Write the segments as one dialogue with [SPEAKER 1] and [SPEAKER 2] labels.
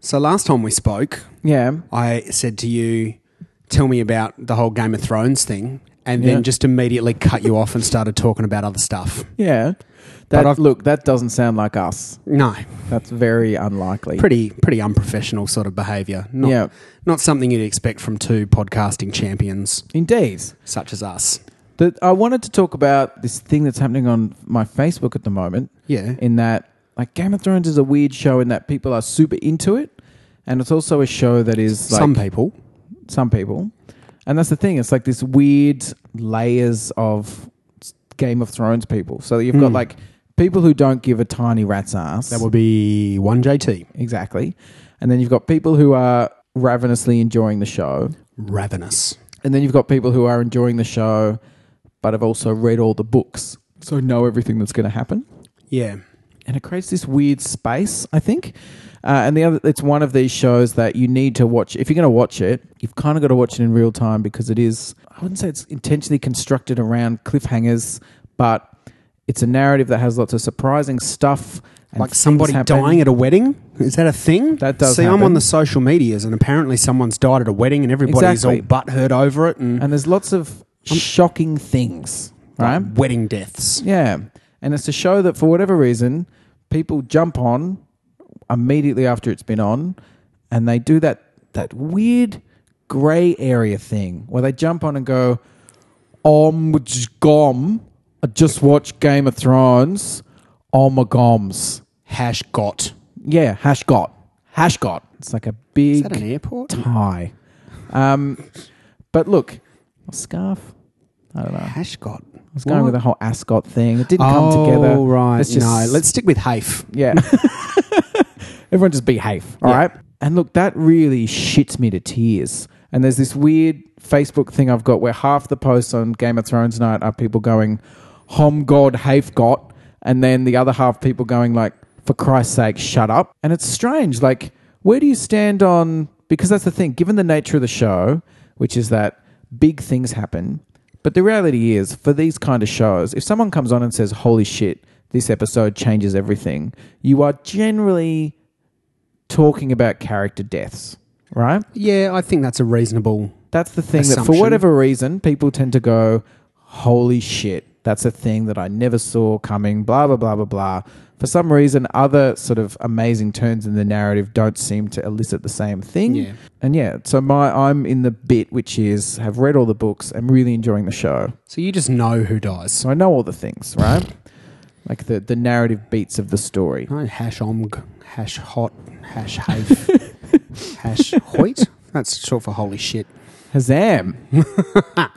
[SPEAKER 1] So last time we spoke,
[SPEAKER 2] Yeah.
[SPEAKER 1] I said to you, "Tell me about the whole Game of Thrones thing," and
[SPEAKER 2] Yeah.
[SPEAKER 1] then just immediately cut you off and started talking about other stuff.
[SPEAKER 2] Yeah. That,
[SPEAKER 1] I've-
[SPEAKER 2] look, that doesn't sound like us.
[SPEAKER 1] No,
[SPEAKER 2] That's very unlikely.
[SPEAKER 1] pretty pretty unprofessional sort of behaviour. Not,
[SPEAKER 2] Yeah.
[SPEAKER 1] not something you'd expect from two podcasting champions
[SPEAKER 2] Indeed.
[SPEAKER 1] such as us.
[SPEAKER 2] That I wanted to talk about this thing that's happening on my Facebook at the moment.
[SPEAKER 1] Yeah.
[SPEAKER 2] In that, like, Game of Thrones is a weird show in that people are super into it. And it's also a show that is like
[SPEAKER 1] Some people.
[SPEAKER 2] some people. And that's the thing. It's like this weird layers of Game of Thrones people. So you've got like people who don't give a tiny rat's ass.
[SPEAKER 1] Hmm. That would be one JT,
[SPEAKER 2] exactly. And then you've got people who are ravenously enjoying the show.
[SPEAKER 1] ravenous.
[SPEAKER 2] And then you've got people who are enjoying the show, but have also read all the books. So know everything that's going to happen
[SPEAKER 1] Yeah.
[SPEAKER 2] and it creates this weird space, I think. Uh, and the other, it's one of these shows that you need to watch. If you're going to watch it, you've kind of got to watch it in real time because it is, I wouldn't say it's intentionally constructed around cliffhangers, but it's a narrative that has lots of surprising stuff. and
[SPEAKER 1] like
[SPEAKER 2] things
[SPEAKER 1] somebody
[SPEAKER 2] happen.
[SPEAKER 1] dying at a wedding. Is that a thing?
[SPEAKER 2] That does
[SPEAKER 1] See, I'm
[SPEAKER 2] happen.
[SPEAKER 1] on the social medias, and apparently someone's died at a wedding, and everybody's
[SPEAKER 2] Exactly.
[SPEAKER 1] all butthurt over it, and,
[SPEAKER 2] And there's lots of shocking things, right?
[SPEAKER 1] like, wedding deaths.
[SPEAKER 2] Yeah. And it's a show that, for whatever reason, people jump on immediately after it's been on and they do that, that weird grey area thing where they jump on and go, Om gom. I just watched Game of Thrones. Oh my goms.
[SPEAKER 1] Hash got.
[SPEAKER 2] Yeah, hash got. Hash got. It's like a big
[SPEAKER 1] Is that an airport?
[SPEAKER 2] tie. Um, but look, a scarf. I don't know. I
[SPEAKER 1] Hash got.
[SPEAKER 2] was going with the whole ascot thing. It didn't come together.
[SPEAKER 1] Oh, right.
[SPEAKER 2] Let's just
[SPEAKER 1] no, let's stick with Hafe.
[SPEAKER 2] Yeah. Everyone just behave. all
[SPEAKER 1] Yeah.
[SPEAKER 2] right. And look, that really shits me to tears. And there's this weird Facebook thing I've got where half the posts on Game of Thrones night are people going, Hom God, have got. And then the other half people going, like, for Christ's sake, shut up. And it's strange. Like, where do you stand on. Because that's the thing, given the nature of the show, which is that big things happen. But the reality is, for these kind of shows, if someone comes on and says, holy shit, this episode changes everything, you are generally talking about character deaths, right?
[SPEAKER 1] Yeah, I think that's a reasonable.
[SPEAKER 2] That's the thing that,
[SPEAKER 1] Assumption.
[SPEAKER 2] for whatever reason, people tend to go, holy shit, that's a thing that I never saw coming, blah, blah, blah, blah, blah. For some reason, other sort of amazing turns in the narrative don't seem to elicit the same thing.
[SPEAKER 1] Yeah.
[SPEAKER 2] And yeah, so my I'm in the bit which is have read all the books, I'm really enjoying the show.
[SPEAKER 1] So you just know who dies.
[SPEAKER 2] So I know all the things, right? like the, the narrative beats of the story.
[SPEAKER 1] No hash omg, hash hot, hash Hafe, hash hoit. That's short for holy shit.
[SPEAKER 2] Hazam.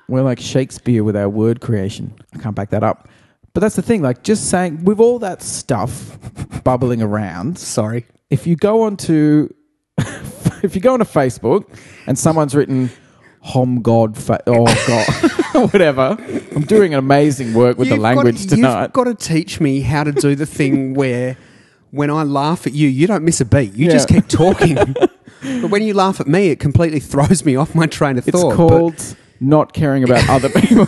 [SPEAKER 2] We're like Shakespeare with our word creation. I can't back that up. But that's the thing, like just saying with all that stuff bubbling around,
[SPEAKER 1] Sorry.
[SPEAKER 2] if you go on to if you go onto Facebook and someone's written Hom God fa- oh God whatever. I'm doing an amazing work with the
[SPEAKER 1] You've got-
[SPEAKER 2] language tonight.
[SPEAKER 1] You've got to teach me how to do the thing where when I laugh at you, you don't miss a beat. You
[SPEAKER 2] Yeah.
[SPEAKER 1] just keep talking. but when you laugh at me, it completely throws me off my train of
[SPEAKER 2] it's
[SPEAKER 1] thought. But
[SPEAKER 2] called not caring about other people.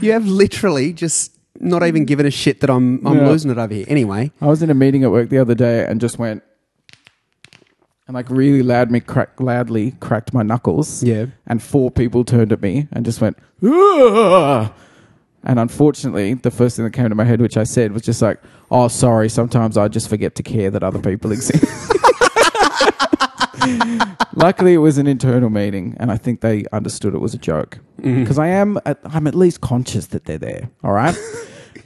[SPEAKER 1] you have literally just not even given a shit that I'm I'm
[SPEAKER 2] Yeah.
[SPEAKER 1] losing it over here. Anyway,
[SPEAKER 2] I was in a meeting at work the other day and just went and like really loud me crack, loudly cracked my knuckles.
[SPEAKER 1] Yeah.
[SPEAKER 2] And four people turned at me and just went, "Ugh." and unfortunately, the first thing that came to my head, which I said, was just like, oh, sorry, sometimes I just forget to care that other people exist. Luckily, it was an internal meeting, and I think they understood it was a joke because I am, at, I'm at least conscious that they're there. All right,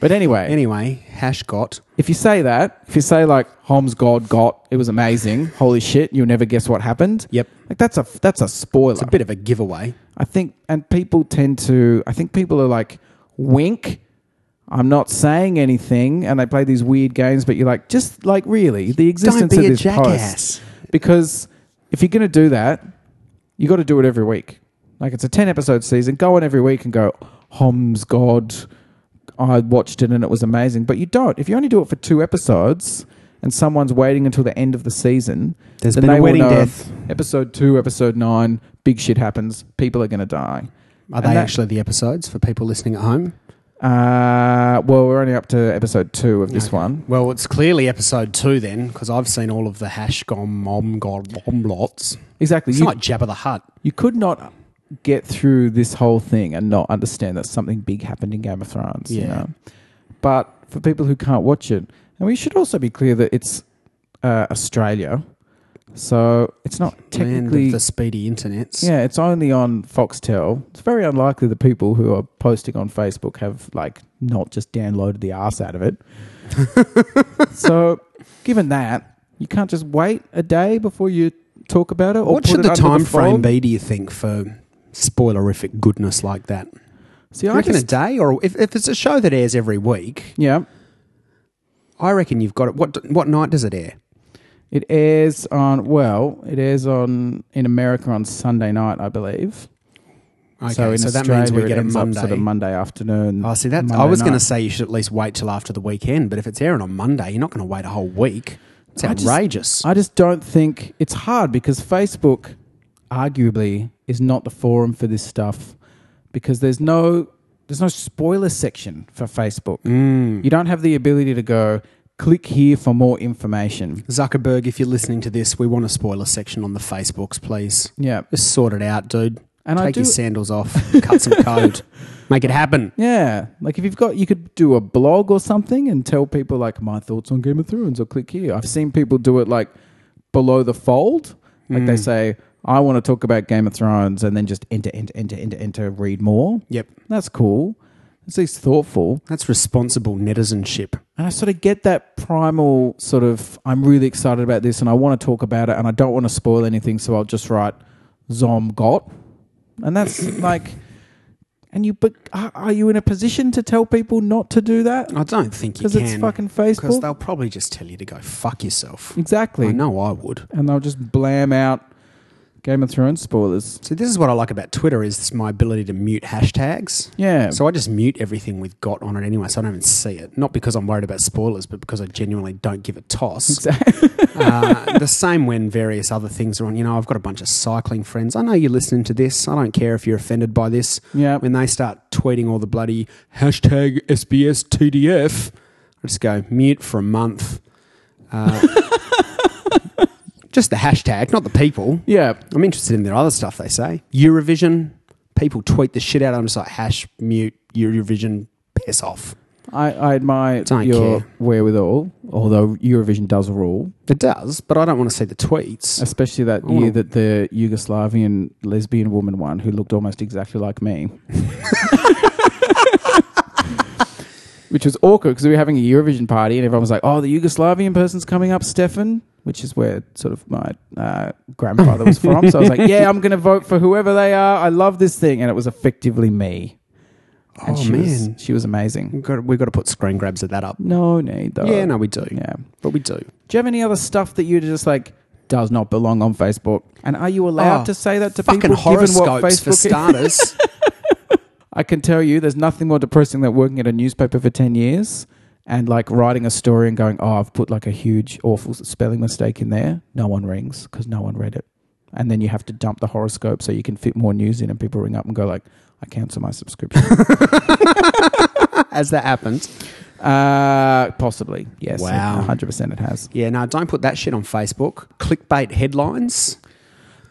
[SPEAKER 2] but anyway,
[SPEAKER 1] anyway, hash got.
[SPEAKER 2] if you say that, if you say like Holmes God got, it was amazing. Holy shit, you'll never guess what happened.
[SPEAKER 1] Yep.
[SPEAKER 2] Like that's a that's a spoiler.
[SPEAKER 1] It's a bit of a giveaway.
[SPEAKER 2] I think and people tend to I think people are like wink I'm not saying anything and they play these weird games but you're like just like really the existence
[SPEAKER 1] be
[SPEAKER 2] of
[SPEAKER 1] a
[SPEAKER 2] this
[SPEAKER 1] jackass.
[SPEAKER 2] post because if you're going to do that you got to do it every week. Like it's a 10 episode season go on every week and go Homs god I watched it and it was amazing but you don't if you only do it for two episodes and someone's waiting until the end of the season
[SPEAKER 1] There's
[SPEAKER 2] then
[SPEAKER 1] been a
[SPEAKER 2] they will
[SPEAKER 1] wedding
[SPEAKER 2] know
[SPEAKER 1] death.
[SPEAKER 2] episode 2 episode 9 big shit happens people are going to die
[SPEAKER 1] Are
[SPEAKER 2] And
[SPEAKER 1] they
[SPEAKER 2] that-
[SPEAKER 1] actually the episodes for people listening at home?
[SPEAKER 2] Uh, well, we're only up to episode two of this
[SPEAKER 1] Okay.
[SPEAKER 2] one.
[SPEAKER 1] Well, it's clearly episode two then, because I've seen all of the hash gom mom god bomb lots.
[SPEAKER 2] Exactly.
[SPEAKER 1] It's
[SPEAKER 2] You,
[SPEAKER 1] like Jabba the Hutt.
[SPEAKER 2] you could not get through this whole thing and not understand that something big happened in Game of Thrones. you
[SPEAKER 1] Yeah.
[SPEAKER 2] know? But for people who can't watch it, and we should also be clear that it's uh, Australia, so it's not
[SPEAKER 1] Land
[SPEAKER 2] technically
[SPEAKER 1] of the speedy internets.
[SPEAKER 2] Yeah, it's only on Foxtel. It's very unlikely the people who are posting on Facebook have like not just downloaded the ass out of it. so, given that, you can't just wait a day before you talk about it. Or
[SPEAKER 1] What
[SPEAKER 2] put
[SPEAKER 1] should
[SPEAKER 2] it
[SPEAKER 1] the
[SPEAKER 2] under
[SPEAKER 1] time
[SPEAKER 2] fold?
[SPEAKER 1] frame be, do you think, for spoilerific goodness like that? Do
[SPEAKER 2] See,
[SPEAKER 1] you
[SPEAKER 2] I
[SPEAKER 1] reckon
[SPEAKER 2] just,
[SPEAKER 1] a day? Or if, if it's a show that airs every week,
[SPEAKER 2] yeah,
[SPEAKER 1] I reckon you've got it. What, what night does it air?
[SPEAKER 2] it airs on. Well, it airs on in America on Sunday night, I believe.
[SPEAKER 1] Okay,
[SPEAKER 2] so
[SPEAKER 1] so,
[SPEAKER 2] in
[SPEAKER 1] that
[SPEAKER 2] Australia,
[SPEAKER 1] means we
[SPEAKER 2] it
[SPEAKER 1] get a
[SPEAKER 2] ends up
[SPEAKER 1] Monday.
[SPEAKER 2] sort of Monday afternoon.
[SPEAKER 1] Oh, see, that's, I
[SPEAKER 2] Monday
[SPEAKER 1] was going to
[SPEAKER 2] night.
[SPEAKER 1] say you should at least wait till after the weekend, but if it's airing on Monday, you're not going to wait a whole week. It's
[SPEAKER 2] I just-
[SPEAKER 1] outrageous.
[SPEAKER 2] I just don't think it's hard because Facebook, arguably, is not the forum for this stuff because there's no there's no spoiler section for Facebook.
[SPEAKER 1] Mm.
[SPEAKER 2] You don't have the ability to go click here for more information.
[SPEAKER 1] Zuckerberg, if you're listening to this, we want a spoiler section on the Facebooks, please.
[SPEAKER 2] Yeah,
[SPEAKER 1] Just sort it out, dude.
[SPEAKER 2] And I
[SPEAKER 1] Take
[SPEAKER 2] do-
[SPEAKER 1] your sandals off, cut some code, make it happen.
[SPEAKER 2] yeah. Like if you've got, you could do a blog or something and tell people like my thoughts on Game of Thrones or click here. I've seen people do it like below the fold. Like they say, I want to talk about Game of Thrones and then just enter, enter, enter, enter, enter, read more.
[SPEAKER 1] Yep.
[SPEAKER 2] That's cool. It's least thoughtful.
[SPEAKER 1] That's responsible netizenship.
[SPEAKER 2] And I sort of get that primal sort of I'm really excited about this and I want to talk about it and I don't want to spoil anything, so I'll just write Zom got. And that's like and you but are are you in a position to tell people not to do that?
[SPEAKER 1] I don't think you
[SPEAKER 2] Because
[SPEAKER 1] can.
[SPEAKER 2] it's fucking
[SPEAKER 1] Because
[SPEAKER 2] Facebook.
[SPEAKER 1] they'll probably just tell you to go fuck yourself. I
[SPEAKER 2] Exactly.
[SPEAKER 1] know I would.
[SPEAKER 2] And they'll just blam out Game of Thrones spoilers.
[SPEAKER 1] So this is what I like about Twitter is my ability to mute hashtags.
[SPEAKER 2] Yeah.
[SPEAKER 1] So I just mute everything with got on it anyway, so I don't even see it. Not because I'm worried about spoilers, but because I genuinely don't give a toss.
[SPEAKER 2] Exactly.
[SPEAKER 1] uh, the same when various other things are on. You know, I've got a bunch of cycling friends. I know you're listening to this. I don't care if you're offended by this.
[SPEAKER 2] yeah.
[SPEAKER 1] When they start tweeting all the bloody hashtag SBS TDF, I just go mute for a month. Uh, just the hashtag, not the people.
[SPEAKER 2] Yeah.
[SPEAKER 1] I'm interested in their other stuff they say. Eurovision, people tweet the shit out. I'm just like, hash, mute, Eurovision, piss off.
[SPEAKER 2] I, I admire
[SPEAKER 1] Don't
[SPEAKER 2] your
[SPEAKER 1] care.
[SPEAKER 2] wherewithal, although Eurovision does rule.
[SPEAKER 1] It does, but I don't want to see the tweets.
[SPEAKER 2] Especially that
[SPEAKER 1] I
[SPEAKER 2] year
[SPEAKER 1] wanna-
[SPEAKER 2] that the Yugoslavian lesbian woman won, who looked almost exactly like me. which was awkward because we were having a Eurovision party and everyone was like, oh, the Yugoslavian person's coming up, Stefan, which is where sort of my uh, grandfather was from. So I was like, yeah, I'm going to vote for whoever they are. I love this thing. And it was effectively me. And
[SPEAKER 1] Oh,
[SPEAKER 2] she Was,
[SPEAKER 1] man.
[SPEAKER 2] she was amazing.
[SPEAKER 1] We've got, we've got to put screen grabs of that up.
[SPEAKER 2] No need, though.
[SPEAKER 1] yeah, no, we do.
[SPEAKER 2] Yeah.
[SPEAKER 1] But we do.
[SPEAKER 2] Do you have any other stuff that you just like does not belong on Facebook? And are you allowed
[SPEAKER 1] Oh,
[SPEAKER 2] to say that to
[SPEAKER 1] Fucking
[SPEAKER 2] people given what
[SPEAKER 1] horoscopes
[SPEAKER 2] Facebook
[SPEAKER 1] for
[SPEAKER 2] is?
[SPEAKER 1] starters.
[SPEAKER 2] I can tell you there's nothing more depressing than working at a newspaper for 10 years and like writing a story and going, "Oh, I've put like a huge awful spelling mistake in there." No one rings cuz no one read it. And then you have to dump the horoscope so you can fit more news in and people ring up and go like, "I cancel my subscription."
[SPEAKER 1] As that happens.
[SPEAKER 2] uh, possibly. Yes.
[SPEAKER 1] Wow.
[SPEAKER 2] 100% it has.
[SPEAKER 1] Yeah, no, don't put that shit on Facebook. Clickbait headlines.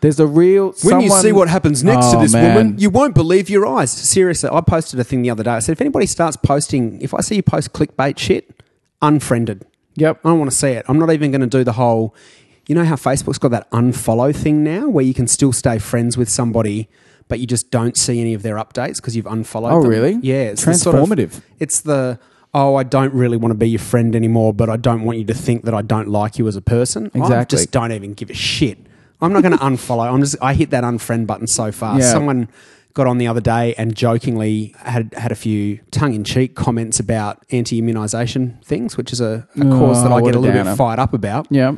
[SPEAKER 2] There's a real
[SPEAKER 1] When you see
[SPEAKER 2] someone-
[SPEAKER 1] what happens next to
[SPEAKER 2] Oh,
[SPEAKER 1] this
[SPEAKER 2] man.
[SPEAKER 1] woman, you won't believe your eyes. Seriously, I posted a thing the other day. I said, if anybody starts posting, if I see you post clickbait shit, unfriended.
[SPEAKER 2] Yep.
[SPEAKER 1] I don't want to see it. I'm not even going to do the whole. You know how Facebook's got that unfollow thing now, where you can still stay friends with somebody, but you just don't see any of their updates because you've unfollowed.
[SPEAKER 2] Oh,
[SPEAKER 1] them.
[SPEAKER 2] really?
[SPEAKER 1] Yeah, it's the sort of-
[SPEAKER 2] transformative.
[SPEAKER 1] it's the oh, I don't really want to be your friend anymore, but I don't want you to think that I don't like you as a person. I
[SPEAKER 2] Exactly.
[SPEAKER 1] just don't even give a shit. I'm not going to unfollow. I'm just I hit that unfriend button so fast.
[SPEAKER 2] Yeah.
[SPEAKER 1] Someone got on the other day and jokingly had had a few tongue in cheek comments about anti immunisation things, which is a, a
[SPEAKER 2] Oh,
[SPEAKER 1] cause that I
[SPEAKER 2] what
[SPEAKER 1] get
[SPEAKER 2] a
[SPEAKER 1] a little
[SPEAKER 2] downer.
[SPEAKER 1] bit fired up about.
[SPEAKER 2] yeah.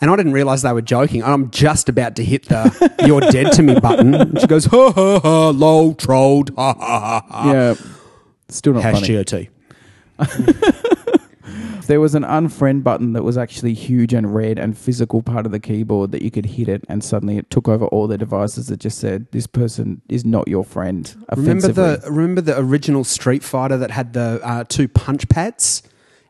[SPEAKER 1] And I didn't realize they were joking. And I'm just about to hit the "You're dead to me" button. And she goes, "Ha ha ha, lol, trolled, ha ha ha ha."
[SPEAKER 2] yeah. Still not
[SPEAKER 1] Hash
[SPEAKER 2] funny.
[SPEAKER 1] GOT.
[SPEAKER 2] there was an unfriend button that was actually huge and red and physical part of the keyboard that you could hit it and suddenly it took over all their devices that just said this person is not your friend.
[SPEAKER 1] Remember
[SPEAKER 2] offensively.
[SPEAKER 1] the remember the original Street Fighter that had the uh, two punch pads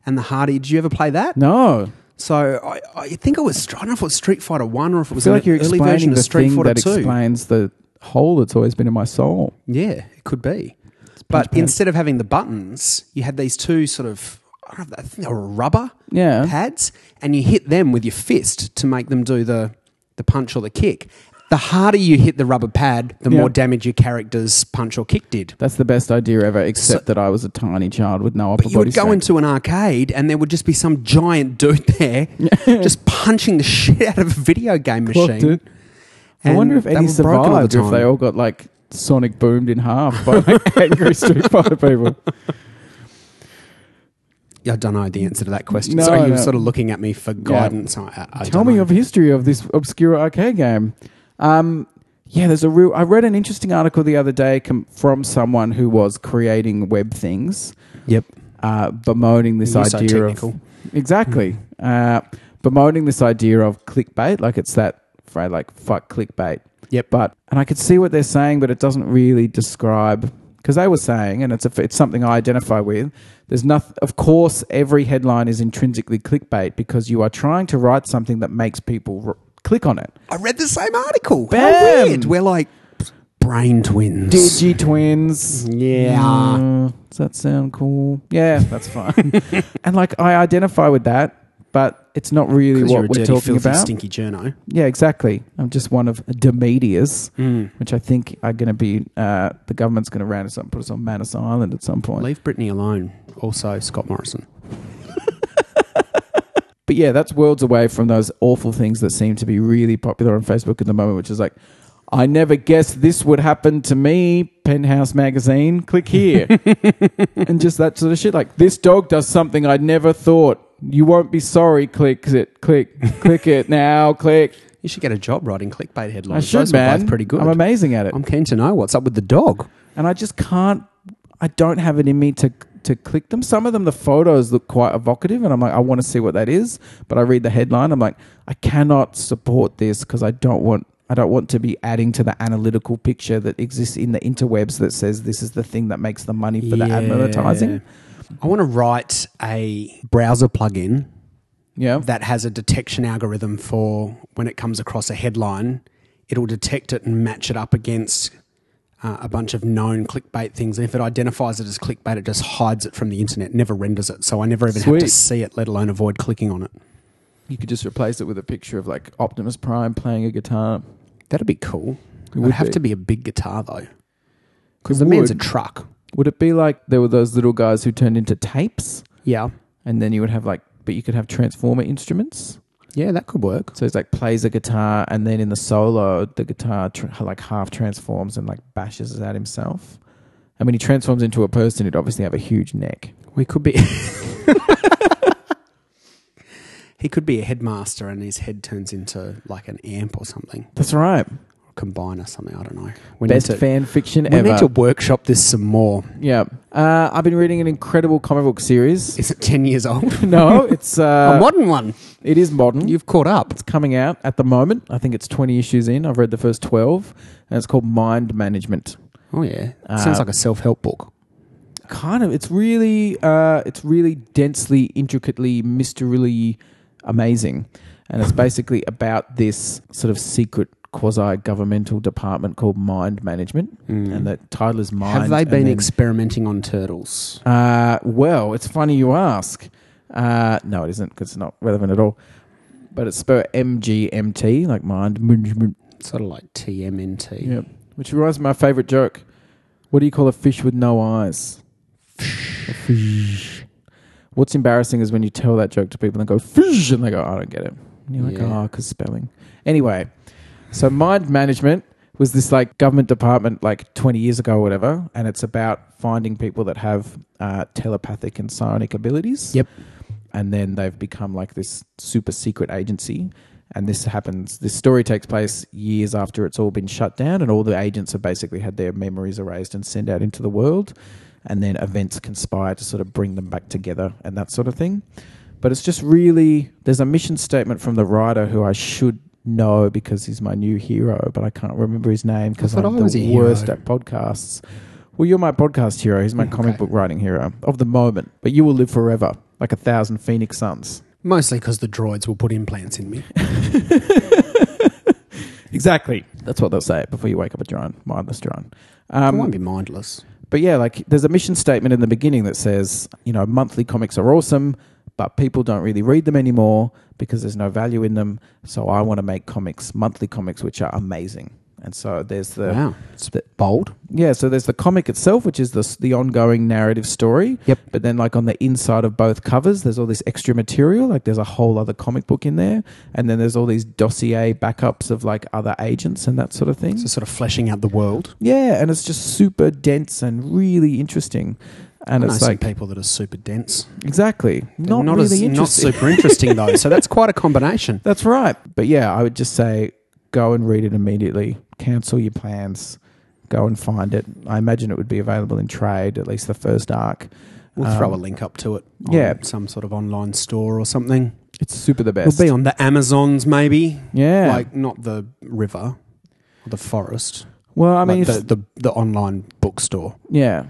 [SPEAKER 1] and the Hardy. Did you ever play that?
[SPEAKER 2] no.
[SPEAKER 1] So I, I think it was. I don't know if it was Street Fighter One or if it
[SPEAKER 2] I
[SPEAKER 1] was
[SPEAKER 2] feel
[SPEAKER 1] an
[SPEAKER 2] like you're
[SPEAKER 1] early
[SPEAKER 2] explaining
[SPEAKER 1] version
[SPEAKER 2] the
[SPEAKER 1] of Street
[SPEAKER 2] thing
[SPEAKER 1] Fighter
[SPEAKER 2] that
[SPEAKER 1] Two.
[SPEAKER 2] explains the hole that's always been in my soul.
[SPEAKER 1] Yeah, it could be. But
[SPEAKER 2] pad.
[SPEAKER 1] instead of having the buttons, you had these two sort of I don't know. I think they were rubber
[SPEAKER 2] Yeah.
[SPEAKER 1] pads, and you hit them with your fist to make them do the the punch or the kick. The harder you hit the rubber pad, the
[SPEAKER 2] Yeah.
[SPEAKER 1] more damage your character's punch or kick did.
[SPEAKER 2] That's the best idea ever, except that I was a tiny child with no upper
[SPEAKER 1] But you
[SPEAKER 2] body
[SPEAKER 1] would go
[SPEAKER 2] strength.
[SPEAKER 1] into an arcade and there would just be some giant dude there just punching the shit out of a video game
[SPEAKER 2] Clocked
[SPEAKER 1] machine.
[SPEAKER 2] it. I wonder
[SPEAKER 1] And
[SPEAKER 2] if
[SPEAKER 1] they
[SPEAKER 2] any
[SPEAKER 1] were broken all the
[SPEAKER 2] survived or if
[SPEAKER 1] time.
[SPEAKER 2] they all got like sonic boomed in half by like, angry Street Fighter people.
[SPEAKER 1] I don't know the answer to that question.
[SPEAKER 2] No,
[SPEAKER 1] so you were
[SPEAKER 2] no.
[SPEAKER 1] sort of looking at me for guidance. I, I, I
[SPEAKER 2] Tell
[SPEAKER 1] don't
[SPEAKER 2] me
[SPEAKER 1] know.
[SPEAKER 2] of history of this obscure arcade game. Um, yeah, there's a real. I read an interesting article the other day com- from someone who was creating web things,
[SPEAKER 1] Yep.
[SPEAKER 2] uh, bemoaning this
[SPEAKER 1] You're so
[SPEAKER 2] idea
[SPEAKER 1] technical. Hmm.
[SPEAKER 2] of exactly uh, bemoaning this idea of clickbait, like it's that phrase, like fuck clickbait.
[SPEAKER 1] Yep.
[SPEAKER 2] but and I could see what they're saying, but it doesn't really describe because they were saying, and it's a, it's something I identify with. There's nothing. Of course, every headline is intrinsically clickbait because you are trying to write something that makes people r- click on it.
[SPEAKER 1] I read the same article. How
[SPEAKER 2] Bam!
[SPEAKER 1] weird. We're like brain twins.
[SPEAKER 2] Digi twins.
[SPEAKER 1] Yeah. Mm.
[SPEAKER 2] Uh, Mm. does that sound cool? Yeah, that's fine. and like I identify with that, but it's not really
[SPEAKER 1] 'Cause
[SPEAKER 2] what
[SPEAKER 1] you're a
[SPEAKER 2] we're
[SPEAKER 1] dirty,
[SPEAKER 2] talking
[SPEAKER 1] filthy,
[SPEAKER 2] about.
[SPEAKER 1] stinky journo.
[SPEAKER 2] Yeah, exactly. I'm just one of the medias,
[SPEAKER 1] Mm.
[SPEAKER 2] which I think are going to be uh, the government's going to round us up, and put us on Manus Island at some point.
[SPEAKER 1] Leave Brittany alone. Also, Scott Morrison.
[SPEAKER 2] But yeah, that's worlds away from those awful things that seem to be really popular on Facebook at the moment, which is like, I never guessed this would happen to me. Penthouse magazine, click here, and just that sort of shit. Like this dog does something I never thought. You won't be sorry. Click it. Click. click it now. Click.
[SPEAKER 1] You should get a job writing clickbait headlines.
[SPEAKER 2] I should,
[SPEAKER 1] Those are
[SPEAKER 2] man.
[SPEAKER 1] both pretty good.
[SPEAKER 2] I'm amazing at it.
[SPEAKER 1] I'm keen to know what's up with the dog.
[SPEAKER 2] and I just can't. I don't have it in me to to click them. Some of them, the photos look quite evocative, and I'm like, I want to see what that is. But I read the headline, I'm like, I cannot support this because I don't want. I don't want to be adding to the analytical picture that exists in the interwebs that says this is the thing that makes the money for the advertising.
[SPEAKER 1] I want to write a browser plugin
[SPEAKER 2] Yeah.
[SPEAKER 1] that has a detection algorithm for when it comes across a headline, it'll detect it and match it up against uh, a bunch of known clickbait things. And if it identifies it as clickbait, it just hides it from the internet, never renders it. So I never even have to
[SPEAKER 2] Sweet.
[SPEAKER 1] see it, let alone avoid clicking on it.
[SPEAKER 2] you could just replace it with a picture of like Optimus Prime playing a guitar.
[SPEAKER 1] That'd be cool. It would
[SPEAKER 2] would
[SPEAKER 1] have
[SPEAKER 2] be.
[SPEAKER 1] to be a big guitar though, because
[SPEAKER 2] It
[SPEAKER 1] the man's a
[SPEAKER 2] would.
[SPEAKER 1] truck.
[SPEAKER 2] Would it be like there were those little guys who turned into tapes,
[SPEAKER 1] Yeah,
[SPEAKER 2] and then you would have like, but you could have transformer instruments?
[SPEAKER 1] yeah, that could work.
[SPEAKER 2] So he's like plays a guitar, and then in the solo, the guitar tr- like half transforms and like bashes it at himself. And when he transforms into a person, he'd obviously have a huge neck.
[SPEAKER 1] We could be. he could be a headmaster, and his head turns into like an amp or something.
[SPEAKER 2] That's right.
[SPEAKER 1] combine or something. I don't know. We
[SPEAKER 2] Best
[SPEAKER 1] need to,
[SPEAKER 2] fan fiction
[SPEAKER 1] we
[SPEAKER 2] ever.
[SPEAKER 1] need to workshop this some more.
[SPEAKER 2] yeah. Uh, I've been reading an incredible comic book series.
[SPEAKER 1] Is it ten years old?
[SPEAKER 2] no, it's
[SPEAKER 1] a
[SPEAKER 2] uh, hmm?
[SPEAKER 1] modern one.
[SPEAKER 2] it is modern.
[SPEAKER 1] You've caught up.
[SPEAKER 2] It's coming out at the moment. I think it's twenty issues in. I've read the first twelve, and it's called Mind Management.
[SPEAKER 1] Oh yeah,
[SPEAKER 2] Uh,
[SPEAKER 1] sounds like a self-help book.
[SPEAKER 2] kind of it's really uh, it's really densely intricately mysterily amazing and it's basically about this sort of secret quasi-governmental department called mind management and the title is mind
[SPEAKER 1] Mm. Have they
[SPEAKER 2] and
[SPEAKER 1] been
[SPEAKER 2] then-
[SPEAKER 1] experimenting on turtles?
[SPEAKER 2] uh, well it's funny you ask uh, no it isn't because it's not relevant at all but it's spelled mgmt like mind management
[SPEAKER 1] Sort of like TMNT.
[SPEAKER 2] yep. which reminds me of my favorite joke what do you call a fish with no eyes What's embarrassing is when you tell that joke to people and go, Fish, and they go, I don't get it. And you're like,
[SPEAKER 1] Yeah.
[SPEAKER 2] oh, because spelling. Anyway, so mind management was this like government department like 20 years ago or whatever. And it's about finding people that have uh, telepathic and psionic abilities.
[SPEAKER 1] Yep.
[SPEAKER 2] And then they've become like this super secret agency. And this happens, this story takes place years after it's all been shut down, and all the agents have basically had their memories erased and sent out into the world and then events conspire to sort of bring them back together and that sort of thing. But it's just really there's a mission statement from the writer who I should know because he's my new hero, but I can't remember his name because
[SPEAKER 1] thought
[SPEAKER 2] I'm
[SPEAKER 1] I was a
[SPEAKER 2] the
[SPEAKER 1] hero.
[SPEAKER 2] worst at podcasts. Well, you're my podcast hero. He's my comic
[SPEAKER 1] Mm, okay.
[SPEAKER 2] book writing hero of the moment, but you will live forever like a thousand phoenix suns.
[SPEAKER 1] Mostly because the droids will put implants in me.
[SPEAKER 2] Exactly. That's what they'll say before you wake up a drone, mindless drone.
[SPEAKER 1] I
[SPEAKER 2] Um,
[SPEAKER 1] won't be mindless.
[SPEAKER 2] But yeah, like there's a mission statement in the beginning that says, you know, monthly comics are awesome, but people don't really read them anymore because there's no value in them. So I want to make comics, monthly comics, which are amazing. And so there's the Hmm?
[SPEAKER 1] wow, it's
[SPEAKER 2] the-
[SPEAKER 1] bold.
[SPEAKER 2] yeah, so there's the comic itself, which is the s- the ongoing narrative story.
[SPEAKER 1] Yep.
[SPEAKER 2] But then, like on the inside of both covers, there's all this extra material. Like there's a whole other comic book in there, and then there's all these dossier backups of like other agents and that sort of thing.
[SPEAKER 1] So sort of fleshing out the world.
[SPEAKER 2] Yeah, and it's just super dense and really interesting. And
[SPEAKER 1] I know
[SPEAKER 2] it's
[SPEAKER 1] some
[SPEAKER 2] like
[SPEAKER 1] people that are super dense.
[SPEAKER 2] exactly
[SPEAKER 1] They're
[SPEAKER 2] not,
[SPEAKER 1] as-
[SPEAKER 2] really interesting.
[SPEAKER 1] Not super interesting though. So that's quite a combination.
[SPEAKER 2] That's right. But yeah, I would just say go and read it immediately. Cancel your plans. Go and find it. I imagine it would be available in trade, at least the first arc.
[SPEAKER 1] We'll
[SPEAKER 2] Um,
[SPEAKER 1] throw a link up to it. on
[SPEAKER 2] yeah.
[SPEAKER 1] some sort of online store or something.
[SPEAKER 2] It's super the best.
[SPEAKER 1] It'll be on the Amazons maybe.
[SPEAKER 2] yeah.
[SPEAKER 1] Like not the river, or the forest.
[SPEAKER 2] well, I mean,
[SPEAKER 1] Like,
[SPEAKER 2] if-
[SPEAKER 1] the, the the online bookstore.
[SPEAKER 2] yeah.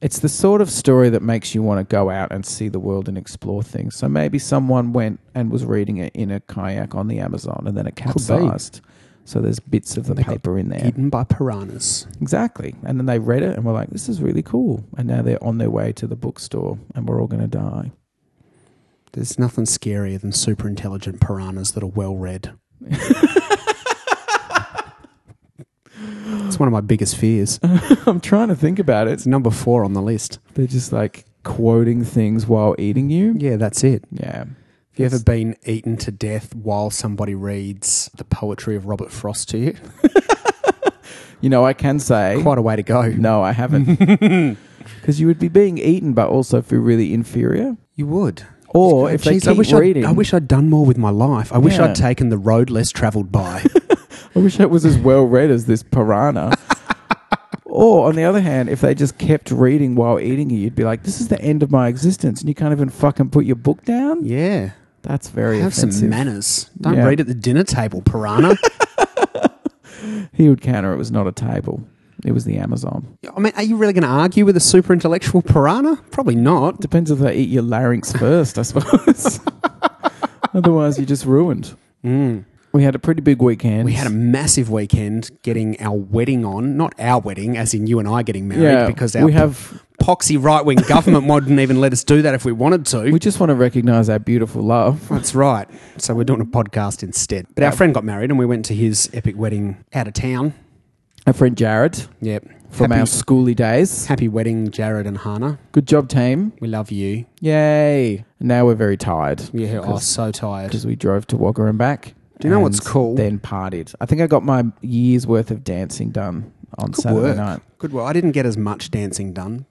[SPEAKER 2] It's the sort of story that makes you want to go out and see the world and explore things. So maybe someone went and was reading it in a kayak on the Amazon and then it capsized. So there's bits of the
[SPEAKER 1] They got
[SPEAKER 2] paper in there.
[SPEAKER 1] Eaten by piranhas.
[SPEAKER 2] Exactly. And then they read it and were like, this is really cool. And now they're on their way to the bookstore and we're all going to die.
[SPEAKER 1] There's nothing scarier than super intelligent piranhas that are well read. it's one of my biggest fears.
[SPEAKER 2] Uh-huh. I'm trying to think about it.
[SPEAKER 1] It's number four on the list.
[SPEAKER 2] They're just like quoting things while eating you.
[SPEAKER 1] Yeah, that's it.
[SPEAKER 2] Yeah.
[SPEAKER 1] Have you ever been eaten to death while somebody reads the poetry of Robert Frost to you?
[SPEAKER 2] You know, I can say,
[SPEAKER 1] Quite a way to go.
[SPEAKER 2] no, I haven't. Because you would be being eaten, but also feel really inferior.
[SPEAKER 1] You would.
[SPEAKER 2] Or if they
[SPEAKER 1] Jeez,
[SPEAKER 2] keep
[SPEAKER 1] I wish
[SPEAKER 2] reading,
[SPEAKER 1] I'd, I wish I'd done more with my life. I wish
[SPEAKER 2] Yeah.
[SPEAKER 1] I'd taken the road less travelled by.
[SPEAKER 2] I wish it was as well read as this piranha. or on the other hand, if they just kept reading while eating you, you'd be like, "This is the end of my existence," and you can't even fucking put your book down.
[SPEAKER 1] yeah.
[SPEAKER 2] That's very
[SPEAKER 1] Have
[SPEAKER 2] offensive.
[SPEAKER 1] some manners. Don't
[SPEAKER 2] Yeah.
[SPEAKER 1] read at the dinner table, piranha.
[SPEAKER 2] he would counter, "It was not a table; it was the Amazon."
[SPEAKER 1] I mean, are you really going to argue with a super intellectual piranha? Probably not.
[SPEAKER 2] Depends if they eat your larynx first, I suppose. Otherwise, you're just ruined.
[SPEAKER 1] Mm.
[SPEAKER 2] We had a pretty big weekend.
[SPEAKER 1] We had a massive weekend getting our wedding on. Not our wedding, as in you and I getting married,
[SPEAKER 2] yeah
[SPEAKER 1] because our
[SPEAKER 2] we have.
[SPEAKER 1] poxy right wing government wouldn't even let us do that if we wanted to.
[SPEAKER 2] We just want to recognise our beautiful love.
[SPEAKER 1] That's right. So we're doing a podcast instead. But our friend got married and we went to his epic wedding out of town.
[SPEAKER 2] Our friend Jared
[SPEAKER 1] Yep.
[SPEAKER 2] from
[SPEAKER 1] happy,
[SPEAKER 2] our schooly days.
[SPEAKER 1] happy wedding, Jared and Hannah.
[SPEAKER 2] Good job, team.
[SPEAKER 1] We love you.
[SPEAKER 2] Yay! Now we're very tired
[SPEAKER 1] We are
[SPEAKER 2] Because-
[SPEAKER 1] so tired.
[SPEAKER 2] because we drove to Wagga and back.
[SPEAKER 1] Do you know
[SPEAKER 2] and
[SPEAKER 1] what's cool?
[SPEAKER 2] Then partied. I think I got my year's worth of dancing done on
[SPEAKER 1] Good
[SPEAKER 2] Saturday
[SPEAKER 1] work.
[SPEAKER 2] night.
[SPEAKER 1] Good work. I didn't get as much dancing done,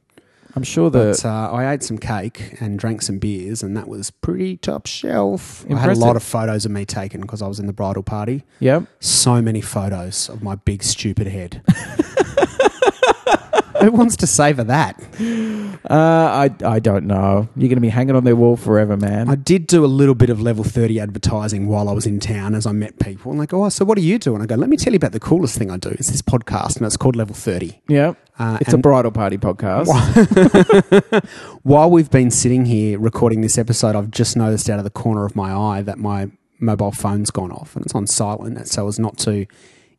[SPEAKER 2] I'm sure
[SPEAKER 1] but
[SPEAKER 2] the
[SPEAKER 1] uh, I ate some cake and drank some beers, and that was pretty top shelf. I had a
[SPEAKER 2] Impressive.
[SPEAKER 1] lot of photos of me taken because I was in the bridal party.
[SPEAKER 2] yep.
[SPEAKER 1] So many photos of my big, stupid head. Who wants to savor that?
[SPEAKER 2] Uh, I I don't know. You're gonna be hanging on their wall forever, man.
[SPEAKER 1] I did do a little bit of level 30 advertising while I was in town as I met people. And like, oh, so what do you do? And I go, let me tell you about the coolest thing I do. It's this podcast, and it's called Level 30.
[SPEAKER 2] yep.
[SPEAKER 1] Uh,
[SPEAKER 2] It's a
[SPEAKER 1] and
[SPEAKER 2] bridal party podcast.
[SPEAKER 1] while we've been sitting here recording this episode, I've just noticed out of the corner of my eye that my mobile phone's gone off and it's on silent so as not to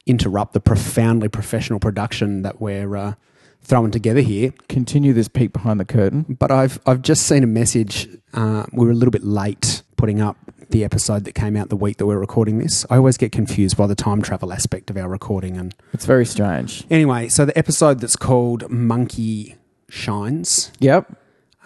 [SPEAKER 1] interrupt the profoundly professional production that we're uh, throwing together here.
[SPEAKER 2] Continue this peek behind the curtain.
[SPEAKER 1] But I've I've just seen a message. Uh, we were a little bit late putting up the episode that came out the week that we're recording this. I always get confused by the time travel aspect of our recording. And
[SPEAKER 2] It's very strange.
[SPEAKER 1] anyway, so the episode that's called Monkey Shines,
[SPEAKER 2] Yep.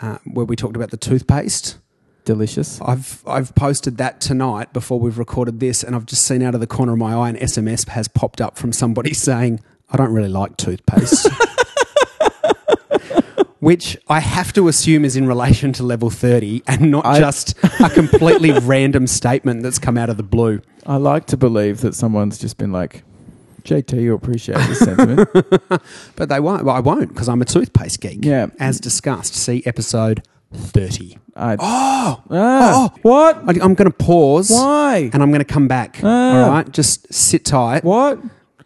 [SPEAKER 1] uh, where we talked about the toothpaste.
[SPEAKER 2] Delicious.
[SPEAKER 1] I've I've posted that tonight before we've recorded this, and I've just seen out of the corner of my eye an SMS has popped up from somebody saying, "I don't really like toothpaste." Which I have to assume is in relation to level 30 and not
[SPEAKER 2] I-
[SPEAKER 1] just a completely random statement that's come out of the blue.
[SPEAKER 2] I like to believe that someone's just been like, JT, you appreciate this sentiment.
[SPEAKER 1] But they won't. Well, I won't because I'm a toothpaste geek.
[SPEAKER 2] Yeah.
[SPEAKER 1] As discussed, see episode thirty.
[SPEAKER 2] I,
[SPEAKER 1] Oh,
[SPEAKER 2] Ah,
[SPEAKER 1] oh.
[SPEAKER 2] What?
[SPEAKER 1] I, I'm going to pause
[SPEAKER 2] Why?
[SPEAKER 1] and I'm going to come back.
[SPEAKER 2] Ah.
[SPEAKER 1] all right, just sit tight.
[SPEAKER 2] What?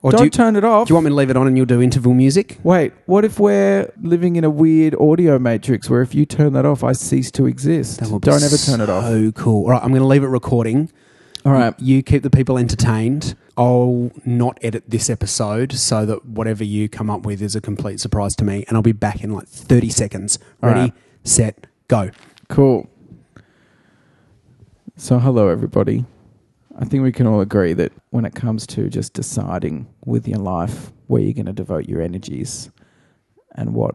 [SPEAKER 1] Or do
[SPEAKER 2] Don't
[SPEAKER 1] you-
[SPEAKER 2] turn it off.
[SPEAKER 1] Do you want me to leave it on and you'll do interval music?
[SPEAKER 2] Wait, what if we're living in a weird audio matrix where if you turn that off, I cease to exist?
[SPEAKER 1] That will be
[SPEAKER 2] Don't ever turn it off.
[SPEAKER 1] So cool. All right, I'm going to leave it recording.
[SPEAKER 2] All right.
[SPEAKER 1] You keep the people entertained. I'll not edit this episode so that whatever you come up with is a complete surprise to me. And I'll be back in like 30 seconds.
[SPEAKER 2] All
[SPEAKER 1] Ready,
[SPEAKER 2] right.
[SPEAKER 1] set, go.
[SPEAKER 2] Cool. So, hello, everybody. I think we can all agree that when it comes to just deciding with your life where you're going to devote your energies and what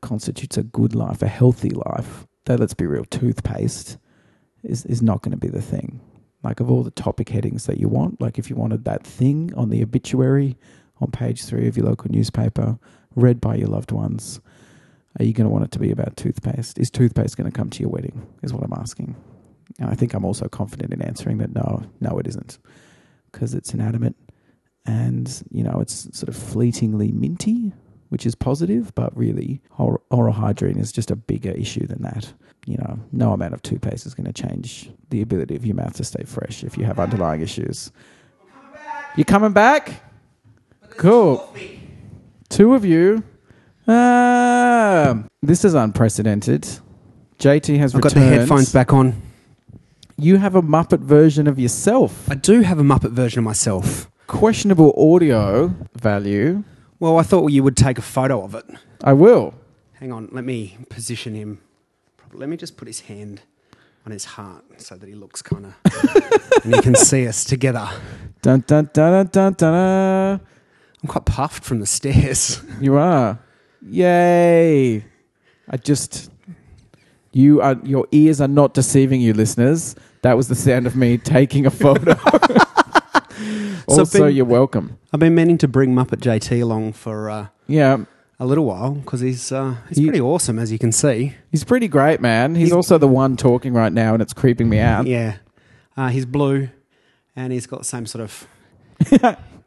[SPEAKER 2] constitutes a good life, a healthy life, though let's be real, toothpaste is, is not going to be the thing. Like, of all the topic headings that you want, like if you wanted that thing on the obituary on page three of your local newspaper, read by your loved ones, are you going to want it to be about toothpaste? Is toothpaste going to come to your wedding? Is what I'm asking. And I think I'm also confident in answering that no, no, it isn't. Because it's inanimate and, you know, it's sort of fleetingly minty, which is positive, but really or- oral hygiene is just a bigger issue than that. You know, no amount of toothpaste is going to change the ability of your mouth to stay fresh if you have underlying issues. You coming back? Cool. Two of you. Um, this is unprecedented. JT has
[SPEAKER 1] I've got the
[SPEAKER 2] returned.
[SPEAKER 1] headphones back on.
[SPEAKER 2] You have a Muppet version of yourself.
[SPEAKER 1] I do have a Muppet version of myself.
[SPEAKER 2] Questionable audio value.
[SPEAKER 1] Well, I thought you would take a photo of it.
[SPEAKER 2] I will.
[SPEAKER 1] Hang on, let me position him. properly. Let me just put his hand on his heart so that he looks kind of. and you can see us together.
[SPEAKER 2] Dun dun dun dun dun dun.
[SPEAKER 1] I'm quite puffed from the stairs.
[SPEAKER 2] You are. Yay! I just. You are. Your ears are not deceiving you, listeners. That was the sound of me taking a photo. also,
[SPEAKER 1] been-
[SPEAKER 2] you're welcome.
[SPEAKER 1] I've been meaning to bring Muppet JT along for uh,
[SPEAKER 2] Yeah.
[SPEAKER 1] a little while because he's uh, he's
[SPEAKER 2] You-
[SPEAKER 1] pretty awesome, as you can see.
[SPEAKER 2] He's pretty great, man. He's,
[SPEAKER 1] He's-
[SPEAKER 2] also the one talking right now, and it's creeping me out.
[SPEAKER 1] Yeah, uh, he's blue, and he's got the same sort of